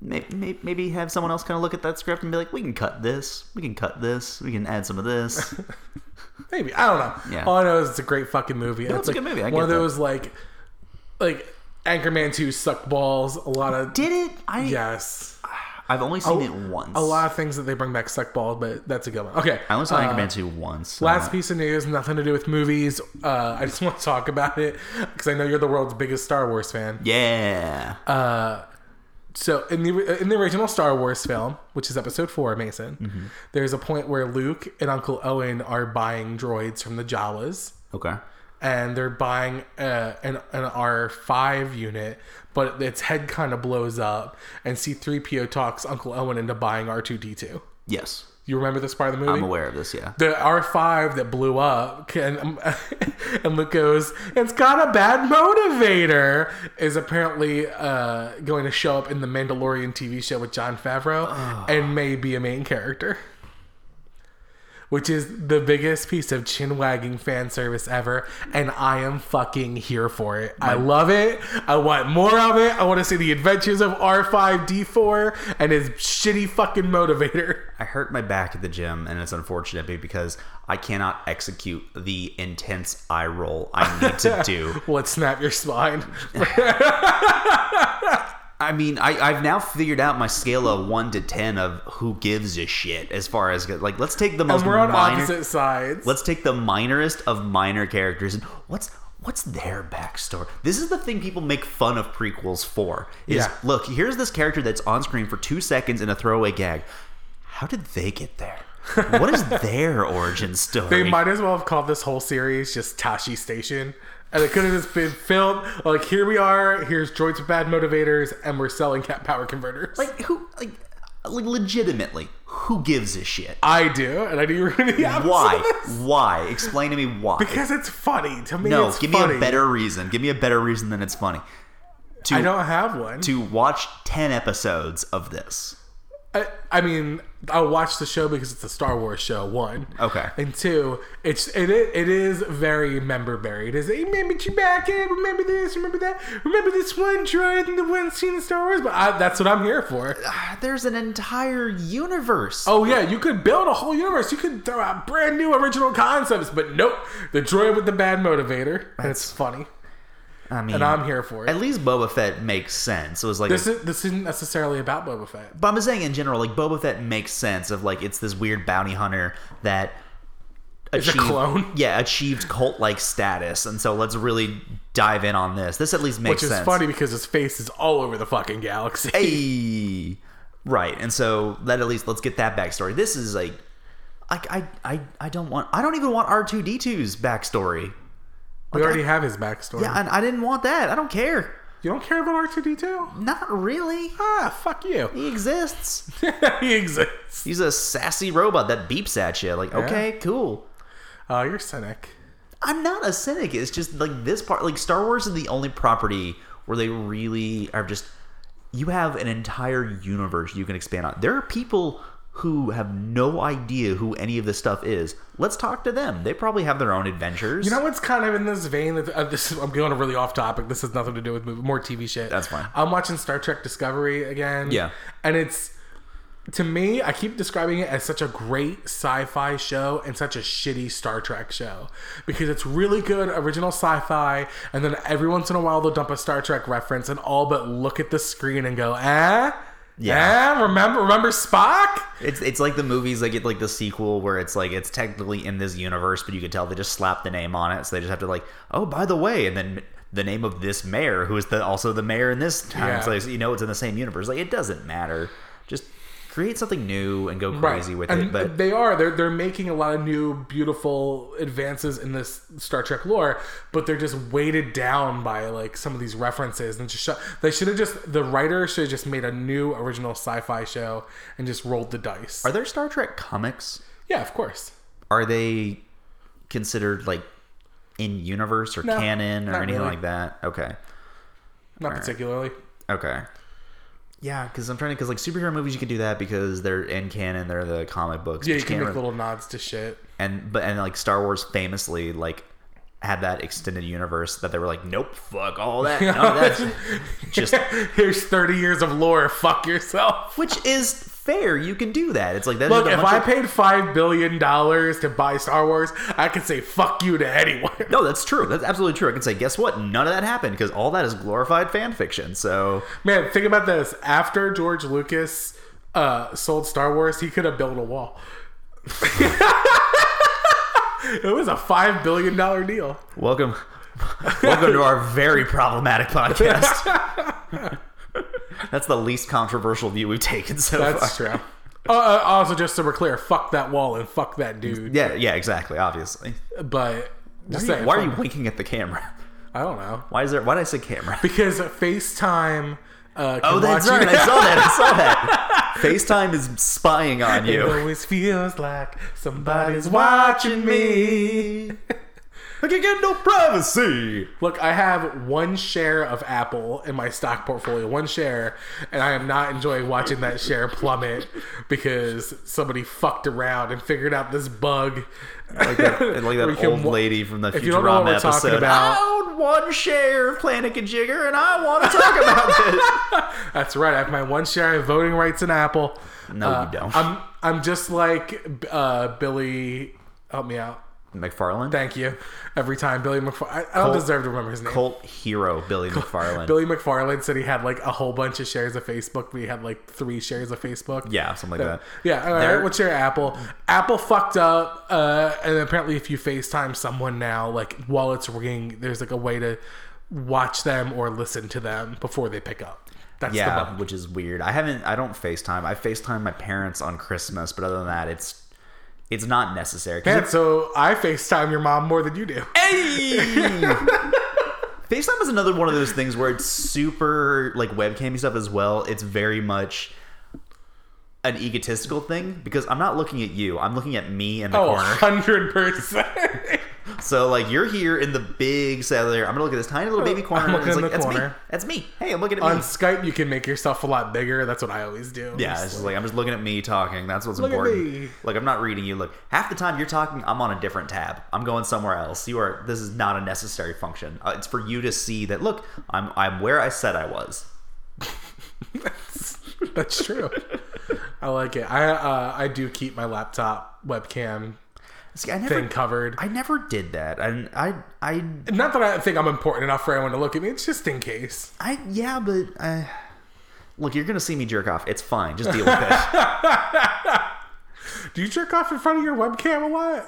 [SPEAKER 3] maybe, maybe have someone else kind of look at that script and be like, we can cut this, we can cut this, we can add some
[SPEAKER 2] (laughs)
[SPEAKER 3] of this.
[SPEAKER 2] Maybe I don't know.
[SPEAKER 3] Yeah.
[SPEAKER 2] All I know is it's a great fucking movie. and
[SPEAKER 3] it's a
[SPEAKER 2] like
[SPEAKER 3] good movie. I
[SPEAKER 2] one
[SPEAKER 3] get
[SPEAKER 2] of
[SPEAKER 3] that.
[SPEAKER 2] those like, like Anchorman 2 sucked balls. A lot of.
[SPEAKER 3] Did it? I
[SPEAKER 2] Yes.
[SPEAKER 3] I've only seen it once.
[SPEAKER 2] Oh, A lot of things that they bring back suck balls, but that's a good one. Okay. Uh,
[SPEAKER 3] I only saw Anchorman two once. so-
[SPEAKER 2] Last piece of news, nothing to do with movies. Uh, I just (laughs) want to talk about it because I know you're the world's biggest Star Wars fan.
[SPEAKER 3] Yeah.
[SPEAKER 2] uh, so in the in the original Star Wars film, which is Episode Four, Mason, there's a point where Luke and Uncle Owen are buying droids from the Jawas,
[SPEAKER 3] okay.
[SPEAKER 2] and they're buying uh, an an R five unit, but its head kind of blows up, and C three PO talks Uncle Owen into buying R two D two.
[SPEAKER 3] Yes.
[SPEAKER 2] You remember this part of the movie?
[SPEAKER 3] I'm aware of this, yeah.
[SPEAKER 2] the R5 that blew up, can, (laughs) and Luke goes, it's got a bad motivator, is apparently uh, going to show up in the Mandalorian TV show with John Favreau and may be a main character. Which is the biggest piece of chin wagging fan service ever, and I am fucking here for it. I love it. I want more of it. I want to see the adventures of R5D4 and his shitty fucking motivator. (laughs)
[SPEAKER 3] I hurt my back at the gym, and it's unfortunate because I cannot execute the intense eye roll I need to
[SPEAKER 2] (laughs)
[SPEAKER 3] do.
[SPEAKER 2] Well, it snap your spine.
[SPEAKER 3] I mean, I, I've now figured out my scale of one to ten of who gives a shit as far as like let's take the most
[SPEAKER 2] And we're on
[SPEAKER 3] minor,
[SPEAKER 2] opposite sides.
[SPEAKER 3] let's take the minorest of minor characters and what's what's their backstory this is the thing people make fun of prequels for is
[SPEAKER 2] Yeah.
[SPEAKER 3] look here's this character that's on screen for two seconds in a throwaway gag how did they
[SPEAKER 2] (laughs)
[SPEAKER 3] get there what is their origin story
[SPEAKER 2] they might as well have called this whole series just Tashi Station. And it could have just been filmed like here we are, here's droids with bad motivators, and we're selling cat power converters.
[SPEAKER 3] like who like, like legitimately who gives a shit
[SPEAKER 2] I do, and I do really
[SPEAKER 3] why why explain to me why
[SPEAKER 2] Because it's funny. To me,
[SPEAKER 3] no
[SPEAKER 2] it's
[SPEAKER 3] give
[SPEAKER 2] funny.
[SPEAKER 3] me a better reason give me a better reason than it's funny to
[SPEAKER 2] I don't have one.
[SPEAKER 3] to watch 10 episodes of this
[SPEAKER 2] I, I mean, I'll watch the show because it's a Star Wars show. One,
[SPEAKER 3] Okay.
[SPEAKER 2] and two, it's it i- it is very member buried. Is hey, remember Chewbacca? Remember this? Remember that? Remember this one droid and the one scene in Star Wars? But I, that's what I'm here for.
[SPEAKER 3] There's an entire universe.
[SPEAKER 2] Oh yeah, you could build a whole universe. You could throw out brand new original concepts, but nope, the droid with the bad motivator. And it's funny,
[SPEAKER 3] I mean,
[SPEAKER 2] and I'm here for it.
[SPEAKER 3] at least Boba Fett makes sense. It was like,
[SPEAKER 2] This is this isn't necessarily about Boba Fett.
[SPEAKER 3] but I'm saying in general, like Boba Fett makes sense of like it's this weird bounty hunter that
[SPEAKER 2] It's a clone.
[SPEAKER 3] (laughs) yeah, achieved cult-like status, and so let's really dive in on this. This at least makes
[SPEAKER 2] Which is
[SPEAKER 3] sense.
[SPEAKER 2] funny because his face is all over the fucking galaxy.
[SPEAKER 3] Hey, right, and so that at least let's get that backstory. This is like, I, I, I, I don't want, I don't even want R two D 2s backstory.
[SPEAKER 2] We already have his backstory.
[SPEAKER 3] Yeah, and I didn't want that. I don't care.
[SPEAKER 2] You don't care about R2D2?
[SPEAKER 3] Not really.
[SPEAKER 2] Ah, fuck you. (laughs)
[SPEAKER 3] He exists.
[SPEAKER 2] he exists.
[SPEAKER 3] He's a sassy robot that beeps at you. Like, okay, cool.
[SPEAKER 2] Oh, you're cynic.
[SPEAKER 3] I'm not a cynic. It's just like this part. Like, Star Wars is the only property where they really are just. You have an entire universe you can expand on. There are people who have no idea who any of this stuff is. Let's talk to them. They probably have their own adventures.
[SPEAKER 2] You know what's kind of in this vein? That, uh, this is, I'm going really off topic. This has nothing to do with movie, more TV shit.
[SPEAKER 3] That's fine.
[SPEAKER 2] I'm watching Star Trek Discovery again.
[SPEAKER 3] Yeah.
[SPEAKER 2] And it's, to me, I keep describing it as such a great sci fi show and such a shitty Star Trek show because it's really good original sci fi. And then every once in a while, they'll dump a Star Trek reference and all but look at the screen and go, eh?
[SPEAKER 3] Yeah.
[SPEAKER 2] Eh? Remember, remember Spock?
[SPEAKER 3] It's it's like the movies that get like the sequel where it's like it's technically in this universe, but you can tell they just slapped the name on it, so they just have to like, oh, by the way, and then the name of this mayor who is the, also the mayor in this time,
[SPEAKER 2] Yeah.
[SPEAKER 3] so it's- you know it's in the same universe. Like it doesn't matter. Just create something new and go
[SPEAKER 2] Right.
[SPEAKER 3] crazy with
[SPEAKER 2] and
[SPEAKER 3] it. But
[SPEAKER 2] they are they're they're making a lot of new beautiful advances in this Star Trek lore, but they're just weighted down by like some of these references and just shut, they should have just the writer should have just made a new original sci-fi show and just rolled the dice.
[SPEAKER 3] are there Star Trek comics?
[SPEAKER 2] yeah, of course.
[SPEAKER 3] Are they considered like in universe or
[SPEAKER 2] No,
[SPEAKER 3] canon or
[SPEAKER 2] not
[SPEAKER 3] anything
[SPEAKER 2] really.
[SPEAKER 3] like that? Okay.
[SPEAKER 2] Not particularly.
[SPEAKER 3] Okay. Yeah, because I'm trying to because like superhero movies, you can do that because they're in canon, they're the comic books.
[SPEAKER 2] Yeah,
[SPEAKER 3] but
[SPEAKER 2] you can
[SPEAKER 3] can't
[SPEAKER 2] make
[SPEAKER 3] really-
[SPEAKER 2] little nods to shit.
[SPEAKER 3] and but and like Star Wars famously like had that extended universe that they were like, nope, fuck all
[SPEAKER 2] (laughs)
[SPEAKER 3] that, none of that, just
[SPEAKER 2] Here's 30 years of lore. Fuck yourself.
[SPEAKER 3] which is fair. You can do that. It's like that's
[SPEAKER 2] Look,
[SPEAKER 3] just a
[SPEAKER 2] if
[SPEAKER 3] bunch
[SPEAKER 2] I
[SPEAKER 3] of-
[SPEAKER 2] paid five billion dollars to buy Star Wars, I could say fuck you to anyone.
[SPEAKER 3] No, that's true. That's absolutely true. I can say, guess what? None of that happened because all that is glorified fan fiction. So
[SPEAKER 2] Man, think about this. After George Lucas uh, sold Star Wars, he could have built a wall. (laughs) it was a five billion dollar deal.
[SPEAKER 3] welcome, (laughs) welcome to our very problematic podcast.
[SPEAKER 2] (laughs)
[SPEAKER 3] that's the least controversial view we've taken so
[SPEAKER 2] That's
[SPEAKER 3] far.
[SPEAKER 2] true. Uh, uh, also, just so we're clear, fuck that wall and fuck that dude.
[SPEAKER 3] Yeah, yeah, exactly. Obviously,
[SPEAKER 2] But just
[SPEAKER 3] why are,
[SPEAKER 2] saying,
[SPEAKER 3] you, why are
[SPEAKER 2] fuck-
[SPEAKER 3] you winking at the camera?
[SPEAKER 2] I don't know
[SPEAKER 3] Why is there? Why did I say camera?
[SPEAKER 2] because FaceTime. Uh, can
[SPEAKER 3] Oh, that's
[SPEAKER 2] watch
[SPEAKER 3] right.
[SPEAKER 2] you- (laughs)
[SPEAKER 3] I saw that. I saw that. FaceTime is spying on
[SPEAKER 2] It
[SPEAKER 3] you.
[SPEAKER 2] always feels like somebody's watching me.
[SPEAKER 3] I can get no privacy.
[SPEAKER 2] Look, I have one share of Apple in my stock portfolio, one share, and I am not enjoying watching that share plummet because somebody fucked around and figured out this bug. (laughs)
[SPEAKER 3] Like that, like
[SPEAKER 2] Where you
[SPEAKER 3] that
[SPEAKER 2] can
[SPEAKER 3] old
[SPEAKER 2] wa-
[SPEAKER 3] lady from the
[SPEAKER 2] if you don't know what
[SPEAKER 3] Futurama
[SPEAKER 2] we're talking
[SPEAKER 3] episode.
[SPEAKER 2] about-
[SPEAKER 3] I own one share of Planet and Jigger, and I want to talk about
[SPEAKER 2] (laughs)
[SPEAKER 3] this.
[SPEAKER 2] That's right, I have my one share of voting rights in Apple.
[SPEAKER 3] No,
[SPEAKER 2] Uh,
[SPEAKER 3] you don't.
[SPEAKER 2] I'm I'm just like uh, Billy. Help me out.
[SPEAKER 3] McFarland,
[SPEAKER 2] Thank you. Every time Billy McFarland, I, I don't
[SPEAKER 3] Colt-
[SPEAKER 2] deserve to remember his name.
[SPEAKER 3] cult hero
[SPEAKER 2] (laughs)
[SPEAKER 3] Billy McFarland.
[SPEAKER 2] Billy McFarland said he had like a whole bunch of shares of Facebook, but he had like three shares of Facebook.
[SPEAKER 3] yeah, something like that.
[SPEAKER 2] Yeah, all
[SPEAKER 3] There-
[SPEAKER 2] right. What's your Apple? Apple fucked up, uh, and apparently, if you FaceTime someone now, like while it's ringing, there's like a way to watch them or listen to them before they pick up. That's the
[SPEAKER 3] Yeah,
[SPEAKER 2] button.
[SPEAKER 3] which is weird. I haven't. I don't FaceTime. I FaceTime my parents on Christmas, but other than that, it's it's not necessary. 'Cause
[SPEAKER 2] Man, so I FaceTime your mom more than you do.
[SPEAKER 3] Hey!
[SPEAKER 2] (laughs)
[SPEAKER 3] FaceTime is another one of those things where it's super like webcam stuff as well. It's very much an egotistical thing because I'm not looking at you. I'm looking at me in the
[SPEAKER 2] Oh, (laughs)
[SPEAKER 3] corner.
[SPEAKER 2] 100%.
[SPEAKER 3] So like you're here in the big set there. I'm gonna look at this tiny little baby corner.
[SPEAKER 2] I'm
[SPEAKER 3] and it's
[SPEAKER 2] looking in
[SPEAKER 3] like,
[SPEAKER 2] the
[SPEAKER 3] that's me.
[SPEAKER 2] corner."
[SPEAKER 3] That's me. Hey, I'm looking at
[SPEAKER 2] On
[SPEAKER 3] me.
[SPEAKER 2] Skype, you can make yourself a lot bigger. That's what I always do.
[SPEAKER 3] Yeah, it's just like I'm just looking at me talking. That's what's
[SPEAKER 2] Look at
[SPEAKER 3] important.
[SPEAKER 2] me.
[SPEAKER 3] Like I'm not reading you. Look, half the time you're talking, I'm on a different tab. I'm going somewhere else. You are. This is not a necessary function. Uh, it's for you to see that. Look, I'm I'm where I said I was.
[SPEAKER 2] (laughs) That's true. I like it. I uh, I do keep my laptop webcam
[SPEAKER 3] See, I never
[SPEAKER 2] thing covered.
[SPEAKER 3] I never did that. And I I
[SPEAKER 2] Not that I think I'm important enough for anyone to look at me. It's just in case.
[SPEAKER 3] I yeah, but I look. You're gonna see me jerk off. It's fine. Just deal with
[SPEAKER 2] (laughs)
[SPEAKER 3] it.
[SPEAKER 2] Do you jerk off in front of your webcam a lot?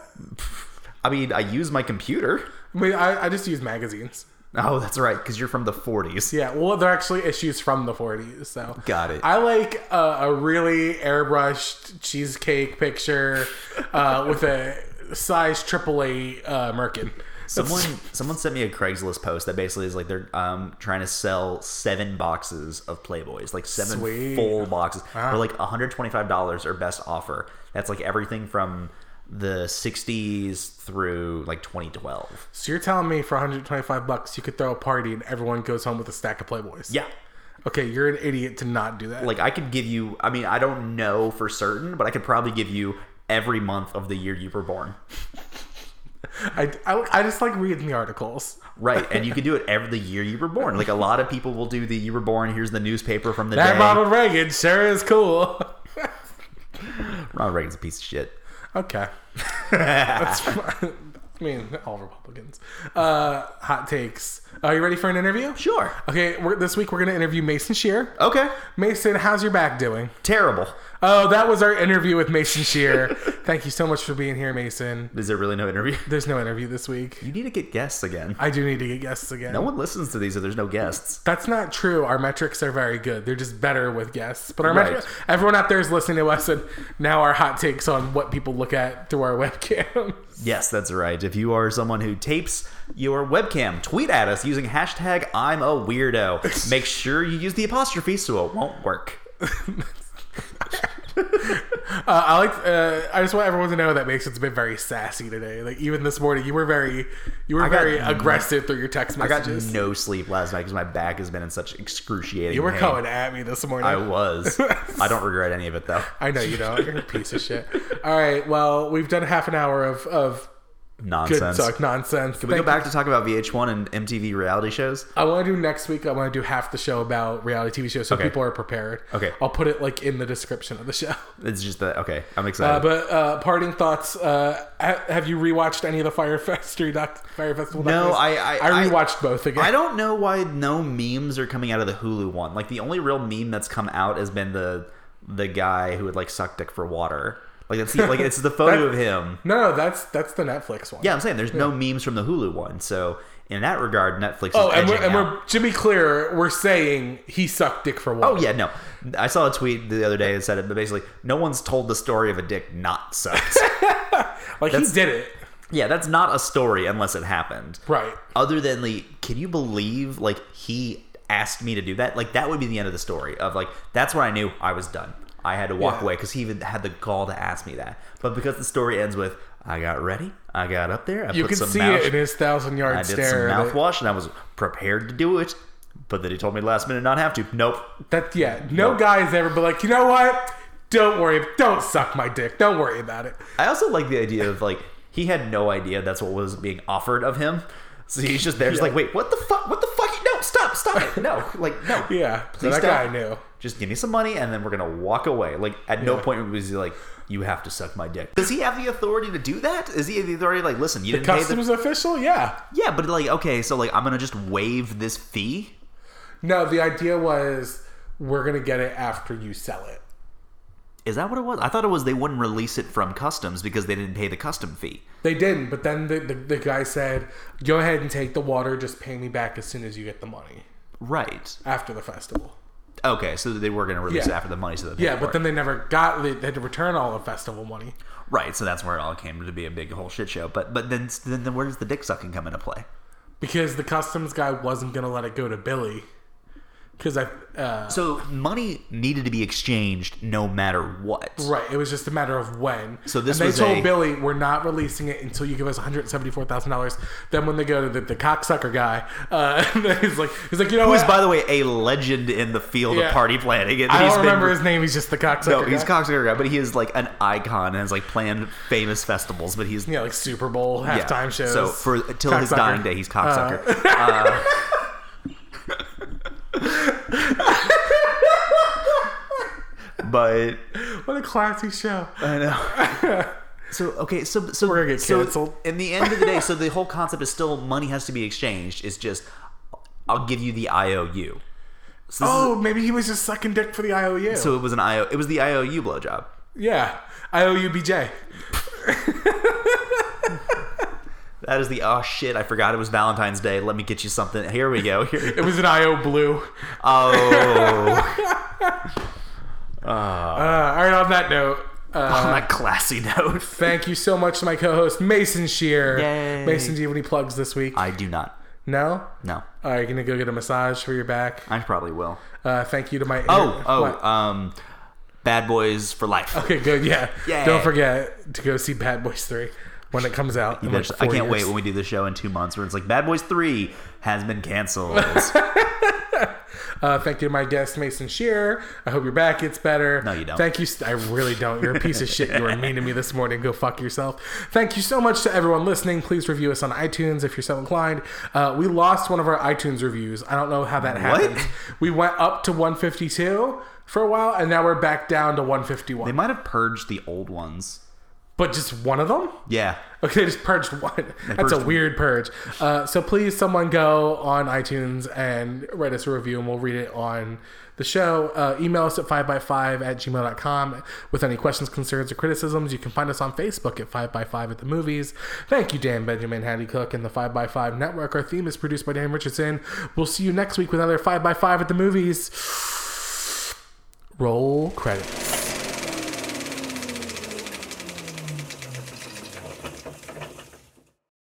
[SPEAKER 3] I mean, I use my computer.
[SPEAKER 2] I mean, I, I just use magazines.
[SPEAKER 3] Oh, that's right, because you're from the 40s.
[SPEAKER 2] Yeah, well, they're actually issues from the 40s, so.
[SPEAKER 3] Got it.
[SPEAKER 2] I like uh, a really airbrushed cheesecake picture
[SPEAKER 3] (laughs)
[SPEAKER 2] uh, with a size triple A uh, merkin.
[SPEAKER 3] Someone
[SPEAKER 2] (laughs)
[SPEAKER 3] someone sent me a Craigslist post that basically is like they're um trying to sell seven boxes of Playboys, like seven
[SPEAKER 2] Sweet. Uh-huh.
[SPEAKER 3] full boxes for like $125 or best offer. That's like everything from the 60s through like 2012.
[SPEAKER 2] So you're telling me for 125 bucks you could throw a party and everyone goes home with a stack of Playboys?
[SPEAKER 3] Yeah.
[SPEAKER 2] Okay, you're an idiot to not do that.
[SPEAKER 3] Like I could give you I mean I don't know for certain, but I could probably give you every month of the year you were born.
[SPEAKER 2] I, I, I just like reading the articles.
[SPEAKER 3] Right, and you can do it every the year you were born. Like a lot of people will do the you were born. Here's the newspaper from the
[SPEAKER 2] That
[SPEAKER 3] day.
[SPEAKER 2] Ronald Reagan sure is cool. (laughs)
[SPEAKER 3] Ronald Reagan's a piece of shit. (laughs)
[SPEAKER 2] Okay. That's fine. I mean, all Republicans. Uh, hot takes. Are you ready for an interview?
[SPEAKER 3] Sure.
[SPEAKER 2] Okay, we're, this week we're going to interview Mason Shear.
[SPEAKER 3] Okay.
[SPEAKER 2] Mason, how's your back doing?
[SPEAKER 3] Terrible.
[SPEAKER 2] Oh, that was our interview with Mason
[SPEAKER 3] (laughs)
[SPEAKER 2] Shear. Thank you so much for being here, Mason.
[SPEAKER 3] Is there really no interview? (laughs)
[SPEAKER 2] There's no interview this week.
[SPEAKER 3] You need to get guests again.
[SPEAKER 2] I do need to get guests again.
[SPEAKER 3] No one listens to these if there's no guests.
[SPEAKER 2] That's not true. Our metrics are very good. They're just better with guests. But our
[SPEAKER 3] Right.
[SPEAKER 2] metri- everyone out there is listening to us, and now our hot takes on what people look at through our (laughs) webcam.
[SPEAKER 3] Yes, that's right. If you are someone who tapes your webcam, tweet at us using hashtag I'm a
[SPEAKER 2] (laughs)
[SPEAKER 3] weirdo. Make sure you use the apostrophe so it won't work.
[SPEAKER 2] Uh, I like. Uh, I just want everyone to know that Mason's been very sassy today. Like even this morning, you were very, you were
[SPEAKER 3] got
[SPEAKER 2] very
[SPEAKER 3] no-
[SPEAKER 2] aggressive through your text
[SPEAKER 3] I got
[SPEAKER 2] messages.
[SPEAKER 3] no sleep last night because my back has been in such excruciating
[SPEAKER 2] you were
[SPEAKER 3] pain.
[SPEAKER 2] coming at me this morning.
[SPEAKER 3] I
[SPEAKER 2] (laughs)
[SPEAKER 3] was. I don't regret any of it though.
[SPEAKER 2] I know you don't. You're a piece of shit. All right. Well, we've done half an hour of of Good
[SPEAKER 3] nonsense.
[SPEAKER 2] suck nonsense.
[SPEAKER 3] Can we go back to talk about VH1 and MTV reality shows?
[SPEAKER 2] I want to do next week. I want to do half the show about reality TV shows, so
[SPEAKER 3] Okay.
[SPEAKER 2] people are prepared.
[SPEAKER 3] Okay.
[SPEAKER 2] I'll put it like in the description of the show.
[SPEAKER 3] It's just that. Okay, I'm
[SPEAKER 2] Uh,
[SPEAKER 3] excited.
[SPEAKER 2] but uh, parting thoughts. Uh, ha- have you rewatched any of the Fire Festival? Doc- Fire Festival?
[SPEAKER 3] No,
[SPEAKER 2] documentaries?
[SPEAKER 3] I- I-
[SPEAKER 2] I
[SPEAKER 3] I-
[SPEAKER 2] rewatched both again.
[SPEAKER 3] I don't know why no memes are coming out of the Hulu one. Like the only real meme that's come out has been the the guy who would like suck dick for water. Like it's the, like
[SPEAKER 2] (laughs)
[SPEAKER 3] it's the photo of him.
[SPEAKER 2] no, no, that's that's the Netflix one.
[SPEAKER 3] Yeah, I'm saying there's no memes from the Hulu one. So in that regard, Netflix.
[SPEAKER 2] Oh,
[SPEAKER 3] is
[SPEAKER 2] and we're,
[SPEAKER 3] edging
[SPEAKER 2] and
[SPEAKER 3] out.
[SPEAKER 2] we're to be clear, we're saying he sucked dick for water.
[SPEAKER 3] Oh yeah, no. I saw a tweet the other day that said it, but basically, no one's told the story of a dick
[SPEAKER 2] (laughs)
[SPEAKER 3] not sucked.
[SPEAKER 2] like he did it
[SPEAKER 3] yeah, that's not a story unless it happened.
[SPEAKER 2] right.
[SPEAKER 3] Other than the, can you believe like he asked me to do that? Like that would be the end of the story. Of like that's where I knew I was done. I had to walk
[SPEAKER 2] Yeah.
[SPEAKER 3] away because he even had the gall to ask me that. But because the story ends with I got ready, I got up there, I
[SPEAKER 2] You
[SPEAKER 3] put
[SPEAKER 2] can
[SPEAKER 3] some
[SPEAKER 2] see
[SPEAKER 3] mouth,
[SPEAKER 2] it in his thousand yard
[SPEAKER 3] I did
[SPEAKER 2] stare.
[SPEAKER 3] some
[SPEAKER 2] at it.
[SPEAKER 3] mouthwash, and I was prepared to do it. But then he told me last minute not have to. Nope.
[SPEAKER 2] That yeah, no
[SPEAKER 3] Nope.
[SPEAKER 2] guy's ever been like, you know what? Don't worry, don't suck my dick. Don't worry about it.
[SPEAKER 3] I also like the idea of like he had no idea that's what was being offered of him. So he's just there, just
[SPEAKER 2] Yeah.
[SPEAKER 3] like, wait, what the fuck? What the fuck? No, stop, stop it! No, like,
[SPEAKER 2] (laughs)
[SPEAKER 3] no.
[SPEAKER 2] Yeah, so
[SPEAKER 3] Please
[SPEAKER 2] that guy
[SPEAKER 3] don't.
[SPEAKER 2] knew.
[SPEAKER 3] Just give me some money, and then we're gonna walk away. Like, at no
[SPEAKER 2] Yeah.
[SPEAKER 3] point was he like, you have to suck my dick. Does he have the authority to do that? Is he the authority? Like, listen, you didn't pay the
[SPEAKER 2] Customs official, yeah.
[SPEAKER 3] yeah, but like, okay, so like, I'm gonna just waive this fee.
[SPEAKER 2] No, the idea was we're gonna get it after you sell it.
[SPEAKER 3] Is that what it was? I thought it was they wouldn't release it from customs because they didn't pay the custom fee.
[SPEAKER 2] They didn't, but then the, the, the guy said, "Go ahead and take the water. Just pay me back as soon as you get the money
[SPEAKER 3] Right.
[SPEAKER 2] after the festival."
[SPEAKER 3] Okay, so they were gonna release it
[SPEAKER 2] Yeah.
[SPEAKER 3] after the money, so that
[SPEAKER 2] Yeah, but then they never got. They, they had to return all the festival money.
[SPEAKER 3] Right, so that's where it all came to be a big whole shit show. But but then then, then where does the dick sucking come into play?
[SPEAKER 2] because the customs guy wasn't gonna let it go to Billy. Because I, uh,
[SPEAKER 3] So money needed to be exchanged no matter what.
[SPEAKER 2] right, it was just a matter of when.
[SPEAKER 3] So this
[SPEAKER 2] and they
[SPEAKER 3] was
[SPEAKER 2] told
[SPEAKER 3] a-
[SPEAKER 2] Billy, "We're not releasing it until you give us one hundred seventy-four thousand dollars." Then when they go to the, the cocksucker guy, uh, (laughs) he's like, he's like, you know
[SPEAKER 3] Who is,
[SPEAKER 2] what?
[SPEAKER 3] by the way, a legend in the field
[SPEAKER 2] Yeah.
[SPEAKER 3] of party planning. And
[SPEAKER 2] I
[SPEAKER 3] he's
[SPEAKER 2] don't
[SPEAKER 3] been-
[SPEAKER 2] remember his name. He's just the cocksucker.
[SPEAKER 3] No,
[SPEAKER 2] guy.
[SPEAKER 3] he's cocksucker guy, but he is like an icon and has like planned famous festivals. But he's
[SPEAKER 2] yeah, like Super Bowl
[SPEAKER 3] yeah.
[SPEAKER 2] halftime shows.
[SPEAKER 3] So for till his
[SPEAKER 2] Cocksucker.
[SPEAKER 3] dying day, he's cocksucker. Uh, (laughs) but
[SPEAKER 2] what a classy show.
[SPEAKER 3] I know. So okay, so so
[SPEAKER 2] We're gonna get
[SPEAKER 3] so
[SPEAKER 2] canceled.
[SPEAKER 3] In the end of the day, so the whole concept is still money has to be exchanged. It's just I'll give you the IOU. So, this is-
[SPEAKER 2] Oh, maybe he was just sucking dick for the IOU.
[SPEAKER 3] so it was an IO. It was the IOU blowjob.
[SPEAKER 2] yeah, IOUBJ.
[SPEAKER 3] That is the oh shit! I forgot it was Valentine's Day. Let me get you something. Here we go. Here.
[SPEAKER 2] It (laughs) was an IO blue.
[SPEAKER 3] Oh,
[SPEAKER 2] Uh, all right. On that note. Uh,
[SPEAKER 3] on that classy note.
[SPEAKER 2] Thank you so much to my co-host Mason Shear.
[SPEAKER 3] Yay.
[SPEAKER 2] Mason, do you have any plugs this week?
[SPEAKER 3] I do not.
[SPEAKER 2] no.
[SPEAKER 3] No,
[SPEAKER 2] All right, gonna go get a massage for your back.
[SPEAKER 3] I probably will.
[SPEAKER 2] Uh, thank you to my
[SPEAKER 3] Oh
[SPEAKER 2] What?
[SPEAKER 3] oh um, bad boys for life.
[SPEAKER 2] okay, good. Yeah.
[SPEAKER 3] Yay.
[SPEAKER 2] Don't forget to go see Bad Boys Three when it comes out. in, like,
[SPEAKER 3] Eventually- I
[SPEAKER 2] four
[SPEAKER 3] can't wait
[SPEAKER 2] years.
[SPEAKER 3] when we do the show in two months where it's like Bad Boys Three has been canceled.
[SPEAKER 2] (laughs) Uh, thank you to my guest Mason Shear. I hope your back gets better.
[SPEAKER 3] No, you don't.
[SPEAKER 2] Thank you. St- I really don't. You're a piece of shit. You were mean to me this morning. Go fuck yourself. Thank you so much to everyone listening. Please review us on iTunes if you're so inclined. Uh, we lost one of our iTunes reviews. I don't know how that happened. We went up to 152 for a while, and now we're back down to
[SPEAKER 3] they
[SPEAKER 2] 151.
[SPEAKER 3] might have purged the old ones.
[SPEAKER 2] but just one of them.
[SPEAKER 3] Yeah.
[SPEAKER 2] Okay, (laughs) they just purged one. That's
[SPEAKER 3] purged
[SPEAKER 2] a
[SPEAKER 3] one.
[SPEAKER 2] weird purge. Uh, so please, someone go on iTunes and write us a review, and we'll read it on the show. Uh, email us at 5x5 at gmail.com with any questions, concerns, or criticisms. You can find us on Facebook at 5x5 at the movies. Thank you, Dan Benjamin, Hattie Cook, and the 5x5 Network. Our theme is produced by Dan Richardson. We'll see you next week with another 5x5 at the movies. Roll credits.